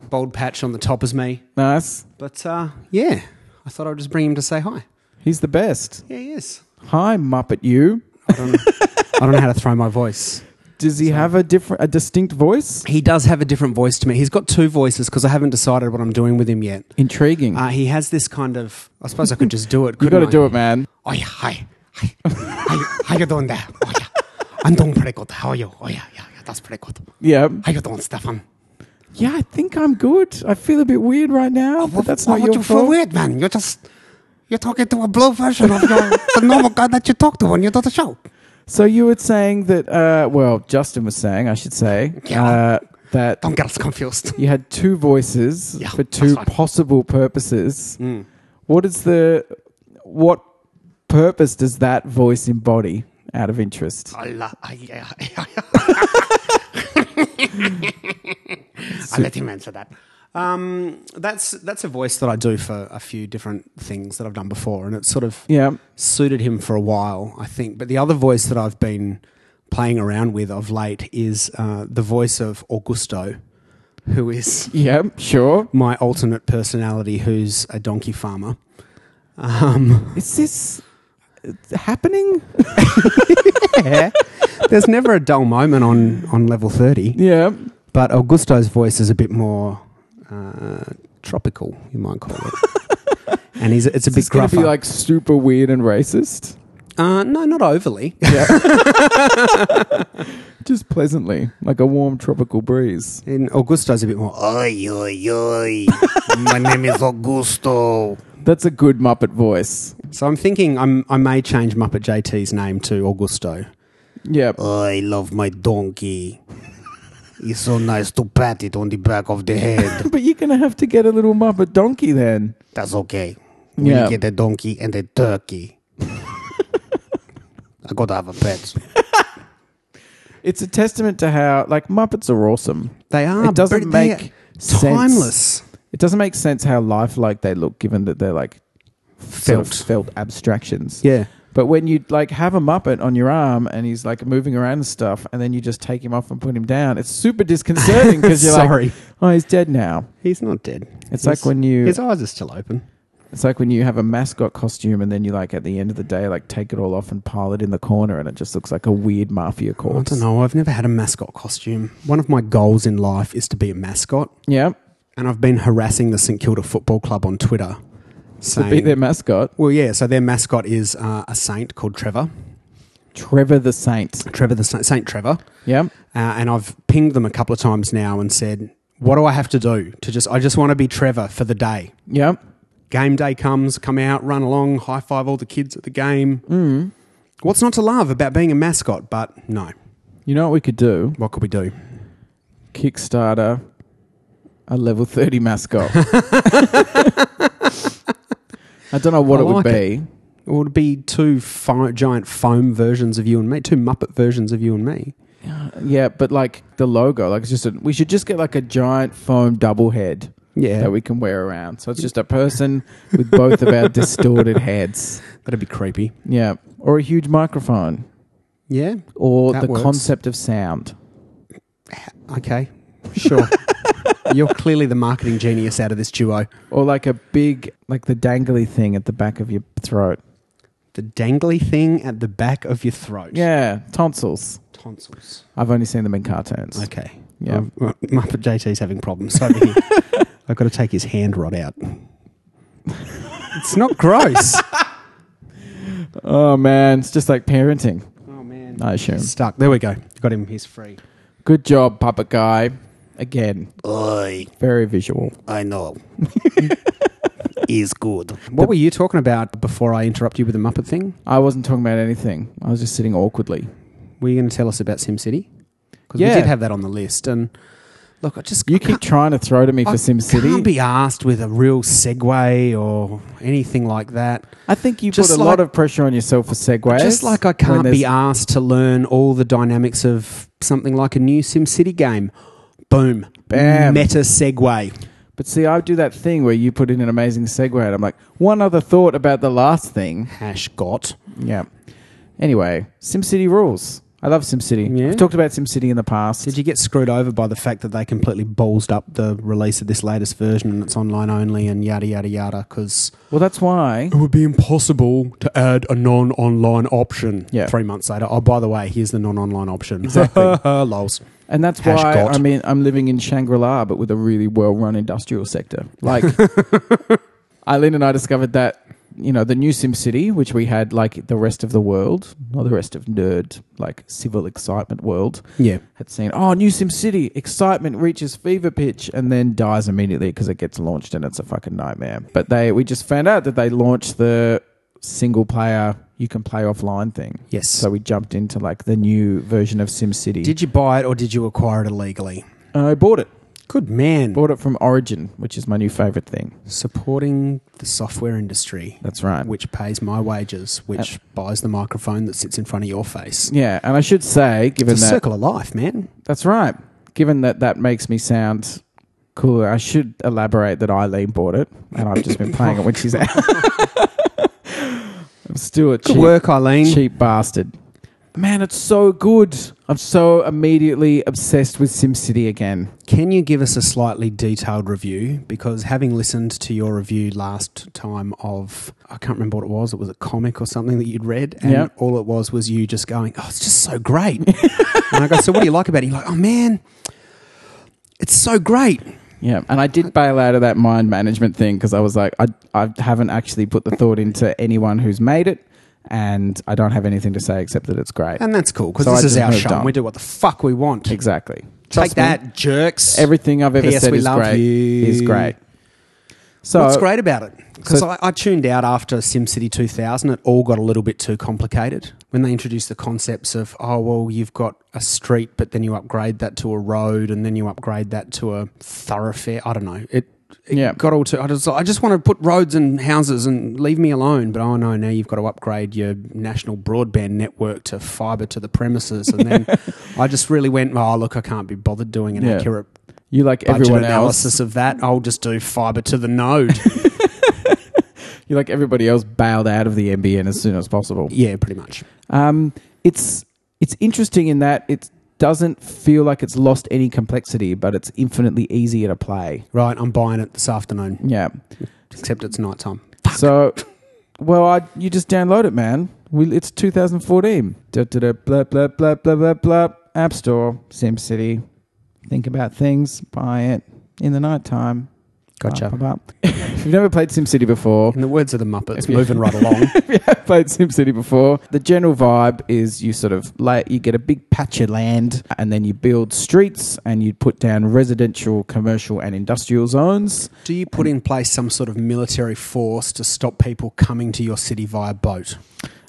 [SPEAKER 1] bald patch on the top as me.
[SPEAKER 2] Nice.
[SPEAKER 1] But uh, yeah, I thought I'd just bring him to say hi.
[SPEAKER 2] He's the best.
[SPEAKER 1] Yeah, he is.
[SPEAKER 2] Hi, Muppet. You.
[SPEAKER 1] I don't, I don't know how to throw my voice.
[SPEAKER 2] Does he have a different, a distinct voice?
[SPEAKER 1] He does have a different voice to me. He's got two voices because I haven't decided what I'm doing with him yet.
[SPEAKER 2] Intriguing.
[SPEAKER 1] Uh, he has this kind of. I suppose I could just do it.
[SPEAKER 2] you got to
[SPEAKER 1] it.
[SPEAKER 2] do it, man.
[SPEAKER 1] Oh yeah, hi, hi, hi, how you doing there? Oh yeah, I'm doing pretty good. How are you? Oh yeah, yeah, yeah, that's pretty good.
[SPEAKER 2] Yeah.
[SPEAKER 1] How you doing, Stefan?
[SPEAKER 2] Yeah, I think I'm good. I feel a bit weird right now, Oh, but that's
[SPEAKER 3] Why
[SPEAKER 2] not
[SPEAKER 3] would
[SPEAKER 2] your
[SPEAKER 3] you feel
[SPEAKER 2] fault.
[SPEAKER 3] weird, man? You're just you're talking to a blue version of your, the normal guy that you talk to when you do the show.
[SPEAKER 2] So you were saying that, uh, well, Justin was saying, I should say, uh, that
[SPEAKER 3] Don't get us confused.
[SPEAKER 2] you had two voices for two
[SPEAKER 3] that's right.
[SPEAKER 2] possible purposes. What is the, what purpose does that voice embody out of interest?
[SPEAKER 3] Allah, ah, yeah, yeah, yeah. I let him answer that.
[SPEAKER 1] Um, that's that's a voice that I do for a few different things that I've done before, and it sort of
[SPEAKER 2] Yeah.
[SPEAKER 1] suited him for a while, I think. But the other voice that I've been playing around with of late is uh, the voice of Augusto, who is
[SPEAKER 2] Yeah, sure.
[SPEAKER 1] my alternate personality, who's a donkey farmer. Um,
[SPEAKER 2] Is this uh, happening?
[SPEAKER 1] there's never a dull moment on on level thirty.
[SPEAKER 2] Yeah.
[SPEAKER 1] But Augusto's voice is a bit more uh, tropical, you might call it. and he's it's a
[SPEAKER 2] Is this
[SPEAKER 1] bit
[SPEAKER 2] going to
[SPEAKER 1] gruffer.
[SPEAKER 2] be like super weird and racist?
[SPEAKER 1] uh, no, not overly.
[SPEAKER 2] Yeah. Just pleasantly, like a warm tropical breeze.
[SPEAKER 1] and Augusto's a bit more.
[SPEAKER 3] Oi, oi, oi. My name is Augusto.
[SPEAKER 2] That's a good Muppet voice.
[SPEAKER 1] So I'm thinking I'm, I may change Muppet JT's name to Augusto.
[SPEAKER 2] Yeah.
[SPEAKER 3] I love my donkey. It's so nice to pat it on the back of the head.
[SPEAKER 2] But you're going to have to get a little Muppet donkey then.
[SPEAKER 3] That's okay. We
[SPEAKER 2] Yeah.
[SPEAKER 3] get a donkey and a turkey. I gotta have a pet.
[SPEAKER 2] It's a testament to how, like, Muppets are awesome.
[SPEAKER 1] They are.
[SPEAKER 2] It doesn't
[SPEAKER 1] Ah, but they are
[SPEAKER 2] make sense.
[SPEAKER 1] timeless.
[SPEAKER 2] It doesn't make sense how lifelike they look, given that they're like felt,
[SPEAKER 1] Felt.
[SPEAKER 2] felt abstractions.
[SPEAKER 1] Yeah.
[SPEAKER 2] But when you like have a Muppet on your arm and he's like moving around and stuff, and then you just take him off and put him down, it's super disconcerting because you're
[SPEAKER 1] Sorry,
[SPEAKER 2] like, oh, he's dead now.
[SPEAKER 1] he's not dead.
[SPEAKER 2] It's
[SPEAKER 1] He's-
[SPEAKER 2] like when you
[SPEAKER 1] his eyes are still open.
[SPEAKER 2] It's like when you have a mascot costume and then you like at the end of the day like take it all off and pile it in the corner and it just looks like a weird mafia
[SPEAKER 1] I
[SPEAKER 2] corpse.
[SPEAKER 1] don't know. I've never had a mascot costume. One of my goals in life is to be a mascot,
[SPEAKER 2] Yeah,
[SPEAKER 1] and I've been harassing the St Kilda Football Club on Twitter, saying,
[SPEAKER 2] to be their mascot,
[SPEAKER 1] "Well, yeah. So their mascot is uh, a saint called Trevor,
[SPEAKER 2] Trevor the Saint.
[SPEAKER 1] Trevor the Saint, Saint Trevor."
[SPEAKER 2] Yeah,
[SPEAKER 1] uh, and I've pinged them a couple of times now and said, "What do I have to do to just? I just want to be Trevor for the day.
[SPEAKER 2] yeah.
[SPEAKER 1] Game day comes, come out, run along, high five all the kids at the game. Mm. What's not to love about being a mascot? But no,
[SPEAKER 2] You know what we could do?
[SPEAKER 1] what could we do?
[SPEAKER 2] Kickstarter a level thirty mascot. I don't know what
[SPEAKER 1] I
[SPEAKER 2] it would
[SPEAKER 1] like
[SPEAKER 2] be.
[SPEAKER 1] It would be two fo- giant foam versions of you and me, two Muppet versions of you and me.
[SPEAKER 2] Yeah, but like the logo, like it's just a, we should just get like a giant foam double head
[SPEAKER 1] Yeah,
[SPEAKER 2] that we can wear around. So it's just a person with both of our distorted heads.
[SPEAKER 1] that'd be creepy.
[SPEAKER 2] Yeah, or a huge microphone,
[SPEAKER 1] Yeah,
[SPEAKER 2] or
[SPEAKER 1] That
[SPEAKER 2] the
[SPEAKER 1] works.
[SPEAKER 2] concept of sound.
[SPEAKER 1] okay, sure. You're clearly the marketing genius out of this duo.
[SPEAKER 2] Or like a big, like the dangly thing at the back of your throat.
[SPEAKER 1] The dangly thing at the back of your throat.
[SPEAKER 2] Yeah, tonsils.
[SPEAKER 1] Tonsils.
[SPEAKER 2] I've only seen them in cartoons.
[SPEAKER 1] Okay.
[SPEAKER 2] Yeah.
[SPEAKER 1] I've- well, Muppet JT's having problems over here. I've got to take his hand rod out. It's not gross.
[SPEAKER 2] oh man, it's just like parenting.
[SPEAKER 1] oh, man.
[SPEAKER 2] I assume.
[SPEAKER 1] Stuck. There we go. Got him. He's free.
[SPEAKER 2] Good job, puppet guy. Again,
[SPEAKER 3] Oi,
[SPEAKER 2] very visual.
[SPEAKER 3] I know. Is good.
[SPEAKER 1] What were you talking about before I interrupt you with the Muppet thing?
[SPEAKER 2] I wasn't talking about anything. I was just sitting awkwardly.
[SPEAKER 1] Were you going to tell us about SimCity? Because we
[SPEAKER 2] Yeah.
[SPEAKER 1] did have that on the list. And look, I just
[SPEAKER 2] You
[SPEAKER 1] I
[SPEAKER 2] keep
[SPEAKER 1] can't-
[SPEAKER 2] trying to throw to me for
[SPEAKER 1] I
[SPEAKER 2] SimCity.
[SPEAKER 1] can't be asked with a real segue or anything like that.
[SPEAKER 2] I think you
[SPEAKER 1] Just
[SPEAKER 2] put a
[SPEAKER 1] like-
[SPEAKER 2] lot of pressure on yourself for segues.
[SPEAKER 1] Just like I
[SPEAKER 2] when
[SPEAKER 1] can't
[SPEAKER 2] there's-
[SPEAKER 1] be asked to learn all the dynamics of something like a new SimCity game. Boom.
[SPEAKER 2] Bam.
[SPEAKER 1] Meta segue.
[SPEAKER 2] But see, I do that thing where you put in an amazing segue, and I'm like, one other thought about the last thing.
[SPEAKER 1] Hash got.
[SPEAKER 2] Yeah. Anyway, SimCity rules. I love SimCity.
[SPEAKER 1] Yeah?
[SPEAKER 2] We've talked about SimCity in the past.
[SPEAKER 1] Did you get screwed over by the fact that they completely ballsed up the release of this latest version and it's online only and yada yada yada? Because
[SPEAKER 2] Well, that's why.
[SPEAKER 1] it would be impossible to add a non-online option.
[SPEAKER 2] Yeah.
[SPEAKER 1] Three months later. Oh, by the way, here's the non-online option.
[SPEAKER 2] Exactly.
[SPEAKER 1] Lols.
[SPEAKER 2] And that's
[SPEAKER 1] Hash
[SPEAKER 2] why
[SPEAKER 1] got.
[SPEAKER 2] I mean I'm living in Shangri La, but with a really well-run industrial sector. Like Eileen and I discovered that you know the new SimCity, which we had like the rest of the world, or the rest of nerd like civil excitement world,
[SPEAKER 1] Yeah.
[SPEAKER 2] had seen. Oh, new SimCity! Excitement reaches fever pitch and then dies immediately because it gets launched and it's a fucking nightmare. But they we just found out that they launched the single-player you can play offline thing.
[SPEAKER 1] Yes.
[SPEAKER 2] So we jumped into like the new version of SimCity.
[SPEAKER 1] did you buy it or did you acquire it illegally?
[SPEAKER 2] I bought it.
[SPEAKER 1] Good man.
[SPEAKER 2] Bought it from Origin, which is my new favorite thing.
[SPEAKER 1] Supporting the software industry.
[SPEAKER 2] That's right.
[SPEAKER 1] which pays my wages, which buys the microphone that sits in front of your face.
[SPEAKER 2] yeah, and I should say, given
[SPEAKER 1] It's a
[SPEAKER 2] that
[SPEAKER 1] circle of life, man.
[SPEAKER 2] that's right, given that that makes me sound cooler, I should elaborate that Eileen bought it, and I've just been playing it when she's out. I'm still a cheap,
[SPEAKER 1] Eileen.
[SPEAKER 2] cheap bastard. Man, it's so good. I'm so immediately obsessed with SimCity again.
[SPEAKER 1] Can you give us a slightly detailed review? Because having listened to your review last time of, I can't remember what it was, it was a comic or something that you'd read, and
[SPEAKER 2] Yep.
[SPEAKER 1] all it was was you just going, oh, it's just so great. and I go, so what do you like about it? You're like, oh, man, it's so great.
[SPEAKER 2] Yeah, and I did bail out of that mind management thing because I was like, I, I haven't actually put the thought into anyone who's made it, and I don't have anything to say except that it's great.
[SPEAKER 1] And that's cool, because
[SPEAKER 2] So I
[SPEAKER 1] this is
[SPEAKER 2] just
[SPEAKER 1] our
[SPEAKER 2] moved
[SPEAKER 1] show. and
[SPEAKER 2] on.
[SPEAKER 1] We do what the fuck we want.
[SPEAKER 2] Exactly.
[SPEAKER 1] Take
[SPEAKER 2] Trust me,
[SPEAKER 1] that, jerks.
[SPEAKER 2] Everything I've ever
[SPEAKER 1] P.S.
[SPEAKER 2] said
[SPEAKER 1] we
[SPEAKER 2] is
[SPEAKER 1] love
[SPEAKER 2] great.
[SPEAKER 1] you.
[SPEAKER 2] Is great. So
[SPEAKER 1] What's great about it? Because
[SPEAKER 2] So-
[SPEAKER 1] I, I tuned out after SimCity 2000. It all got a little bit too complicated when they introduced the concepts of oh well, you've got a street, but then you upgrade that to a road, and then you upgrade that to a thoroughfare. I don't know. It, it
[SPEAKER 2] Yeah.
[SPEAKER 1] got all too. I just I just want to put roads and houses and leave me alone. But oh no, now you've got to upgrade your national broadband network to fibre to the premises, and then I just really went oh look, I can't be bothered doing an
[SPEAKER 2] Yeah.
[SPEAKER 1] accurate
[SPEAKER 2] you like
[SPEAKER 1] budget
[SPEAKER 2] everyone
[SPEAKER 1] analysis
[SPEAKER 2] else.
[SPEAKER 1] of that. I'll just do fibre to the node.
[SPEAKER 2] You like everybody else bailed out of the NBN as soon as possible.
[SPEAKER 1] Yeah, pretty much.
[SPEAKER 2] Um, it's it's interesting in that it doesn't feel like it's lost any complexity, but it's infinitely easier to play.
[SPEAKER 1] Right, I'm buying it this afternoon,
[SPEAKER 2] Yeah.
[SPEAKER 1] except it's nighttime.
[SPEAKER 2] So, well, I, you just download it, man. We, it's 2014. Da, da, da, blah, blah, blah, blah, blah, blah. App Store, SimCity. Think about things, buy it in the nighttime.
[SPEAKER 1] Gotcha.
[SPEAKER 2] Bah, bah, bah. if you've never played SimCity before,
[SPEAKER 1] Ah, In the words of the Muppets,
[SPEAKER 2] If you-
[SPEAKER 1] moving right along.
[SPEAKER 2] if you have played SimCity before, the general vibe is you sort of lay, you get a big patch of land, and then you build streets, and you put down residential, commercial, and industrial zones.
[SPEAKER 1] Do you put in place some sort of military force to stop people coming to your city via boat?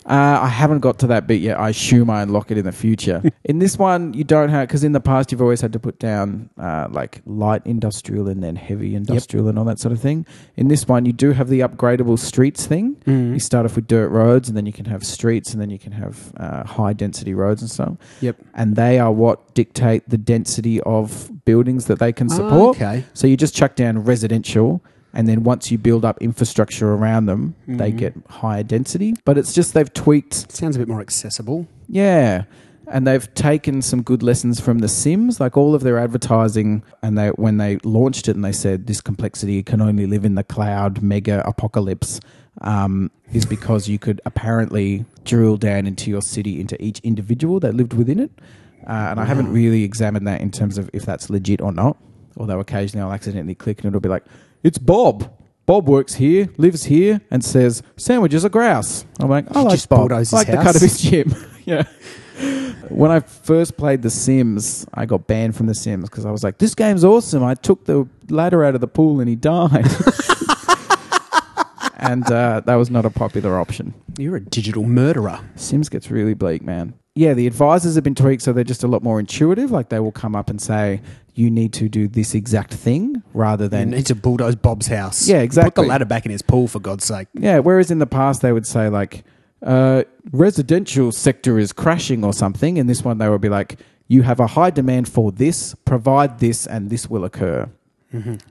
[SPEAKER 2] Uh, I haven't got to that bit yet. I assume I unlock it in the future. in this one, you don't have because in the past you've always had to put down uh, like light industrial and then heavy industrial and all that sort of thing. In this one, you do have the upgradable streets thing. You start off with dirt roads, and then you can have streets, and then you can have uh, high density roads and so. on.
[SPEAKER 1] Yep.
[SPEAKER 2] And they are what dictate the density of buildings that they can support.
[SPEAKER 1] Ah, okay.
[SPEAKER 2] So you just chuck down residential, and then once you build up infrastructure around them, they get higher density. But it's just they've tweaked,
[SPEAKER 1] Sounds a bit more accessible.
[SPEAKER 2] yeah. And they've taken some good lessons from The Sims, like all of their advertising. And they, when they launched it, and they said this complexity can only live in the cloud mega apocalypse, um, is because you could apparently drill down into your city into each individual that lived within it. Uh, and I haven't really examined that in terms of if that's legit or not. Although occasionally I'll accidentally click and it'll be like, it's Bob. Bob works here, lives here, and says sandwiches are grouse. I'm like, I like
[SPEAKER 1] just
[SPEAKER 2] Bob.
[SPEAKER 1] bulldozed his
[SPEAKER 2] I like the cut of his
[SPEAKER 1] house.
[SPEAKER 2] gym. yeah. When I first played The Sims, I got banned from The Sims because I was like, this game's awesome. I took the ladder out of the pool and he died. and uh, that was not a popular option.
[SPEAKER 1] You're a digital murderer.
[SPEAKER 2] Sims gets really bleak, man. Yeah, the advisors have been tweaked so they're just a lot more intuitive. Like they will come up and say, you need to do this exact thing rather
[SPEAKER 1] You
[SPEAKER 2] than.
[SPEAKER 1] need to bulldoze Bob's house.
[SPEAKER 2] Yeah,
[SPEAKER 1] Put
[SPEAKER 2] exactly.
[SPEAKER 1] the ladder back in his pool, for God's sake.
[SPEAKER 2] yeah, whereas in the past they would say, like, uh, residential sector is crashing or something. In this one, they would be like, you have a high demand for this, provide this, and this will occur.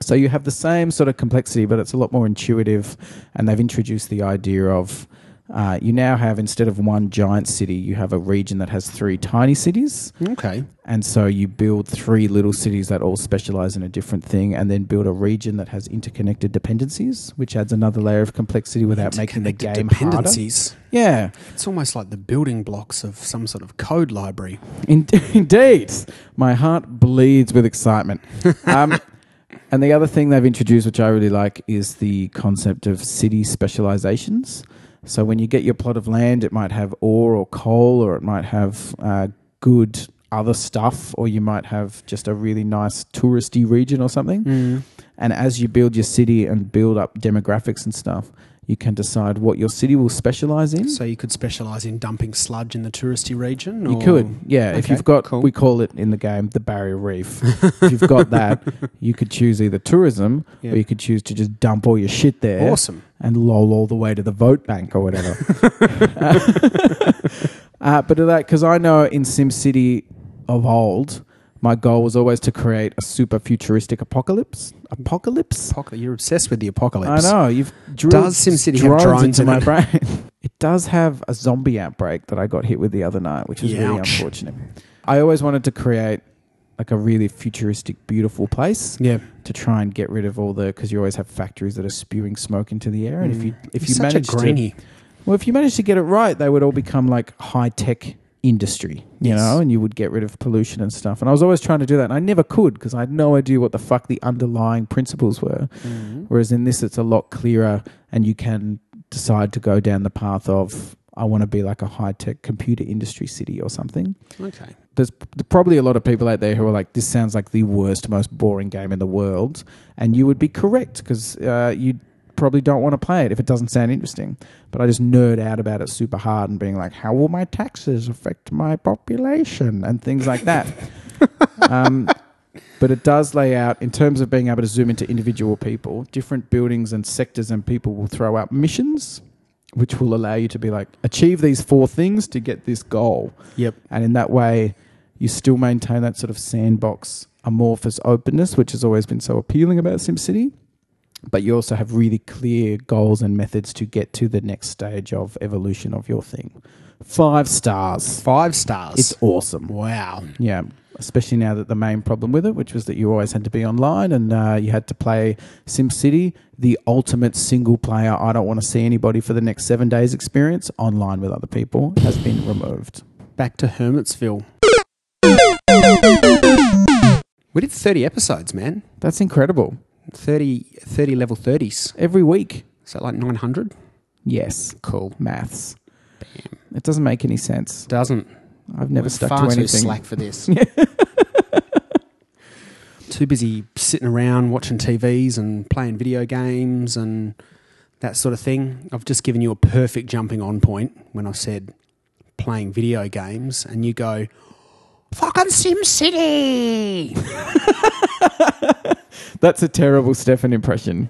[SPEAKER 2] So you have the same sort of complexity, but it's a lot more intuitive. And they've introduced the idea of uh, you now have, instead of one giant city, you have a region that has three tiny cities.
[SPEAKER 1] Okay.
[SPEAKER 2] And so you build three little cities that all specialize in a different thing, and then build a region that has interconnected dependencies, which adds another layer of complexity without making the
[SPEAKER 1] Interconnected
[SPEAKER 2] game harder.
[SPEAKER 1] dependencies.
[SPEAKER 2] Yeah,
[SPEAKER 1] It's almost like the building blocks of some sort of code library.
[SPEAKER 2] in- indeed. My heart bleeds with excitement. Um, and the other thing they've introduced, which I really like, is the concept of city specializations. So when you get your plot of land, it might have ore or coal, or it might have uh, good other stuff, or you might have just a really nice touristy region or something. And as you build your city and build up demographics and stuff, you can decide what your city will specialize in.
[SPEAKER 1] So you could specialize in dumping sludge in the touristy region.
[SPEAKER 2] You
[SPEAKER 1] or-
[SPEAKER 2] could, yeah. if
[SPEAKER 1] Okay,
[SPEAKER 2] you've got,
[SPEAKER 1] cool.
[SPEAKER 2] we call it in the game the barrier reef. if you've got that, you could choose either tourism
[SPEAKER 1] Yeah.
[SPEAKER 2] or you could choose to just dump all your shit there
[SPEAKER 1] Awesome.
[SPEAKER 2] and lol all the way to the vote bank or whatever. uh, but of that, because I know in SimCity of old, my goal was always to create a super futuristic apocalypse. Apocalypse?
[SPEAKER 1] Apoc- You're obsessed with the apocalypse.
[SPEAKER 2] I know you've drilled
[SPEAKER 1] Does SimCity have
[SPEAKER 2] drones
[SPEAKER 1] drones
[SPEAKER 2] into
[SPEAKER 1] in
[SPEAKER 2] my
[SPEAKER 1] it?
[SPEAKER 2] brain? It does have a zombie outbreak that I got hit with the other night, which was really
[SPEAKER 1] Youch.
[SPEAKER 2] unfortunate. I always wanted to create like a really futuristic, beautiful place
[SPEAKER 1] Yeah.
[SPEAKER 2] to try and get rid of all the because you always have factories that are spewing smoke into the air, and if you if you
[SPEAKER 1] Mm. Hmm. Such a
[SPEAKER 2] manage to
[SPEAKER 1] greenie.
[SPEAKER 2] well, if you manage to get it right, they would all become like high tech industry, you
[SPEAKER 1] Yes.
[SPEAKER 2] know, and you would get rid of pollution and stuff. And I was always trying to do that, and I never could because I had no idea what the fuck the underlying principles were. Whereas in this, it's a lot clearer, and you can decide to go down the path of I want to be like a high tech computer industry city or something.
[SPEAKER 1] Okay.
[SPEAKER 2] There's p- probably a lot of people out there who are like, this sounds like the worst, most boring game in the world, and you would be correct because uh, you probably don't want to play it if it doesn't sound interesting. But I just nerd out about it super hard and being like, how will my taxes affect my population and things like that. um, but it does lay out in terms of being able to zoom into individual people different buildings and sectors and people will throw out missions which will allow you to be like achieve these four things to get this goal
[SPEAKER 1] Yep.
[SPEAKER 2] and in that way you still maintain that sort of sandbox amorphous openness which has always been so appealing about simcity but you also have really clear goals and methods to get to the next stage of evolution of your thing five stars
[SPEAKER 1] Five stars.
[SPEAKER 2] it's awesome
[SPEAKER 1] wow.
[SPEAKER 2] yeah especially now that the main problem with it, which was that you always had to be online and uh, you had to play SimCity, the ultimate single player, I don't want to see anybody for the next seven days experience online with other people, has been removed.
[SPEAKER 1] Back to Hermitsville. We did 30 episodes, man.
[SPEAKER 2] That's incredible.
[SPEAKER 1] 30, 30 level 30s.
[SPEAKER 2] Every week.
[SPEAKER 1] Is that like 900?
[SPEAKER 2] Yes.
[SPEAKER 1] Cool.
[SPEAKER 2] Maths. It doesn't make any sense.
[SPEAKER 1] Doesn't.
[SPEAKER 2] I've never
[SPEAKER 1] We're
[SPEAKER 2] stuck
[SPEAKER 1] far
[SPEAKER 2] to
[SPEAKER 1] too
[SPEAKER 2] anything.
[SPEAKER 1] slack for this. too busy sitting around watching TVs and playing video games and that sort of thing. I've just given you a perfect jumping on point when I said playing video games, and you go, fucking SimCity!
[SPEAKER 2] That's a terrible Stefan impression.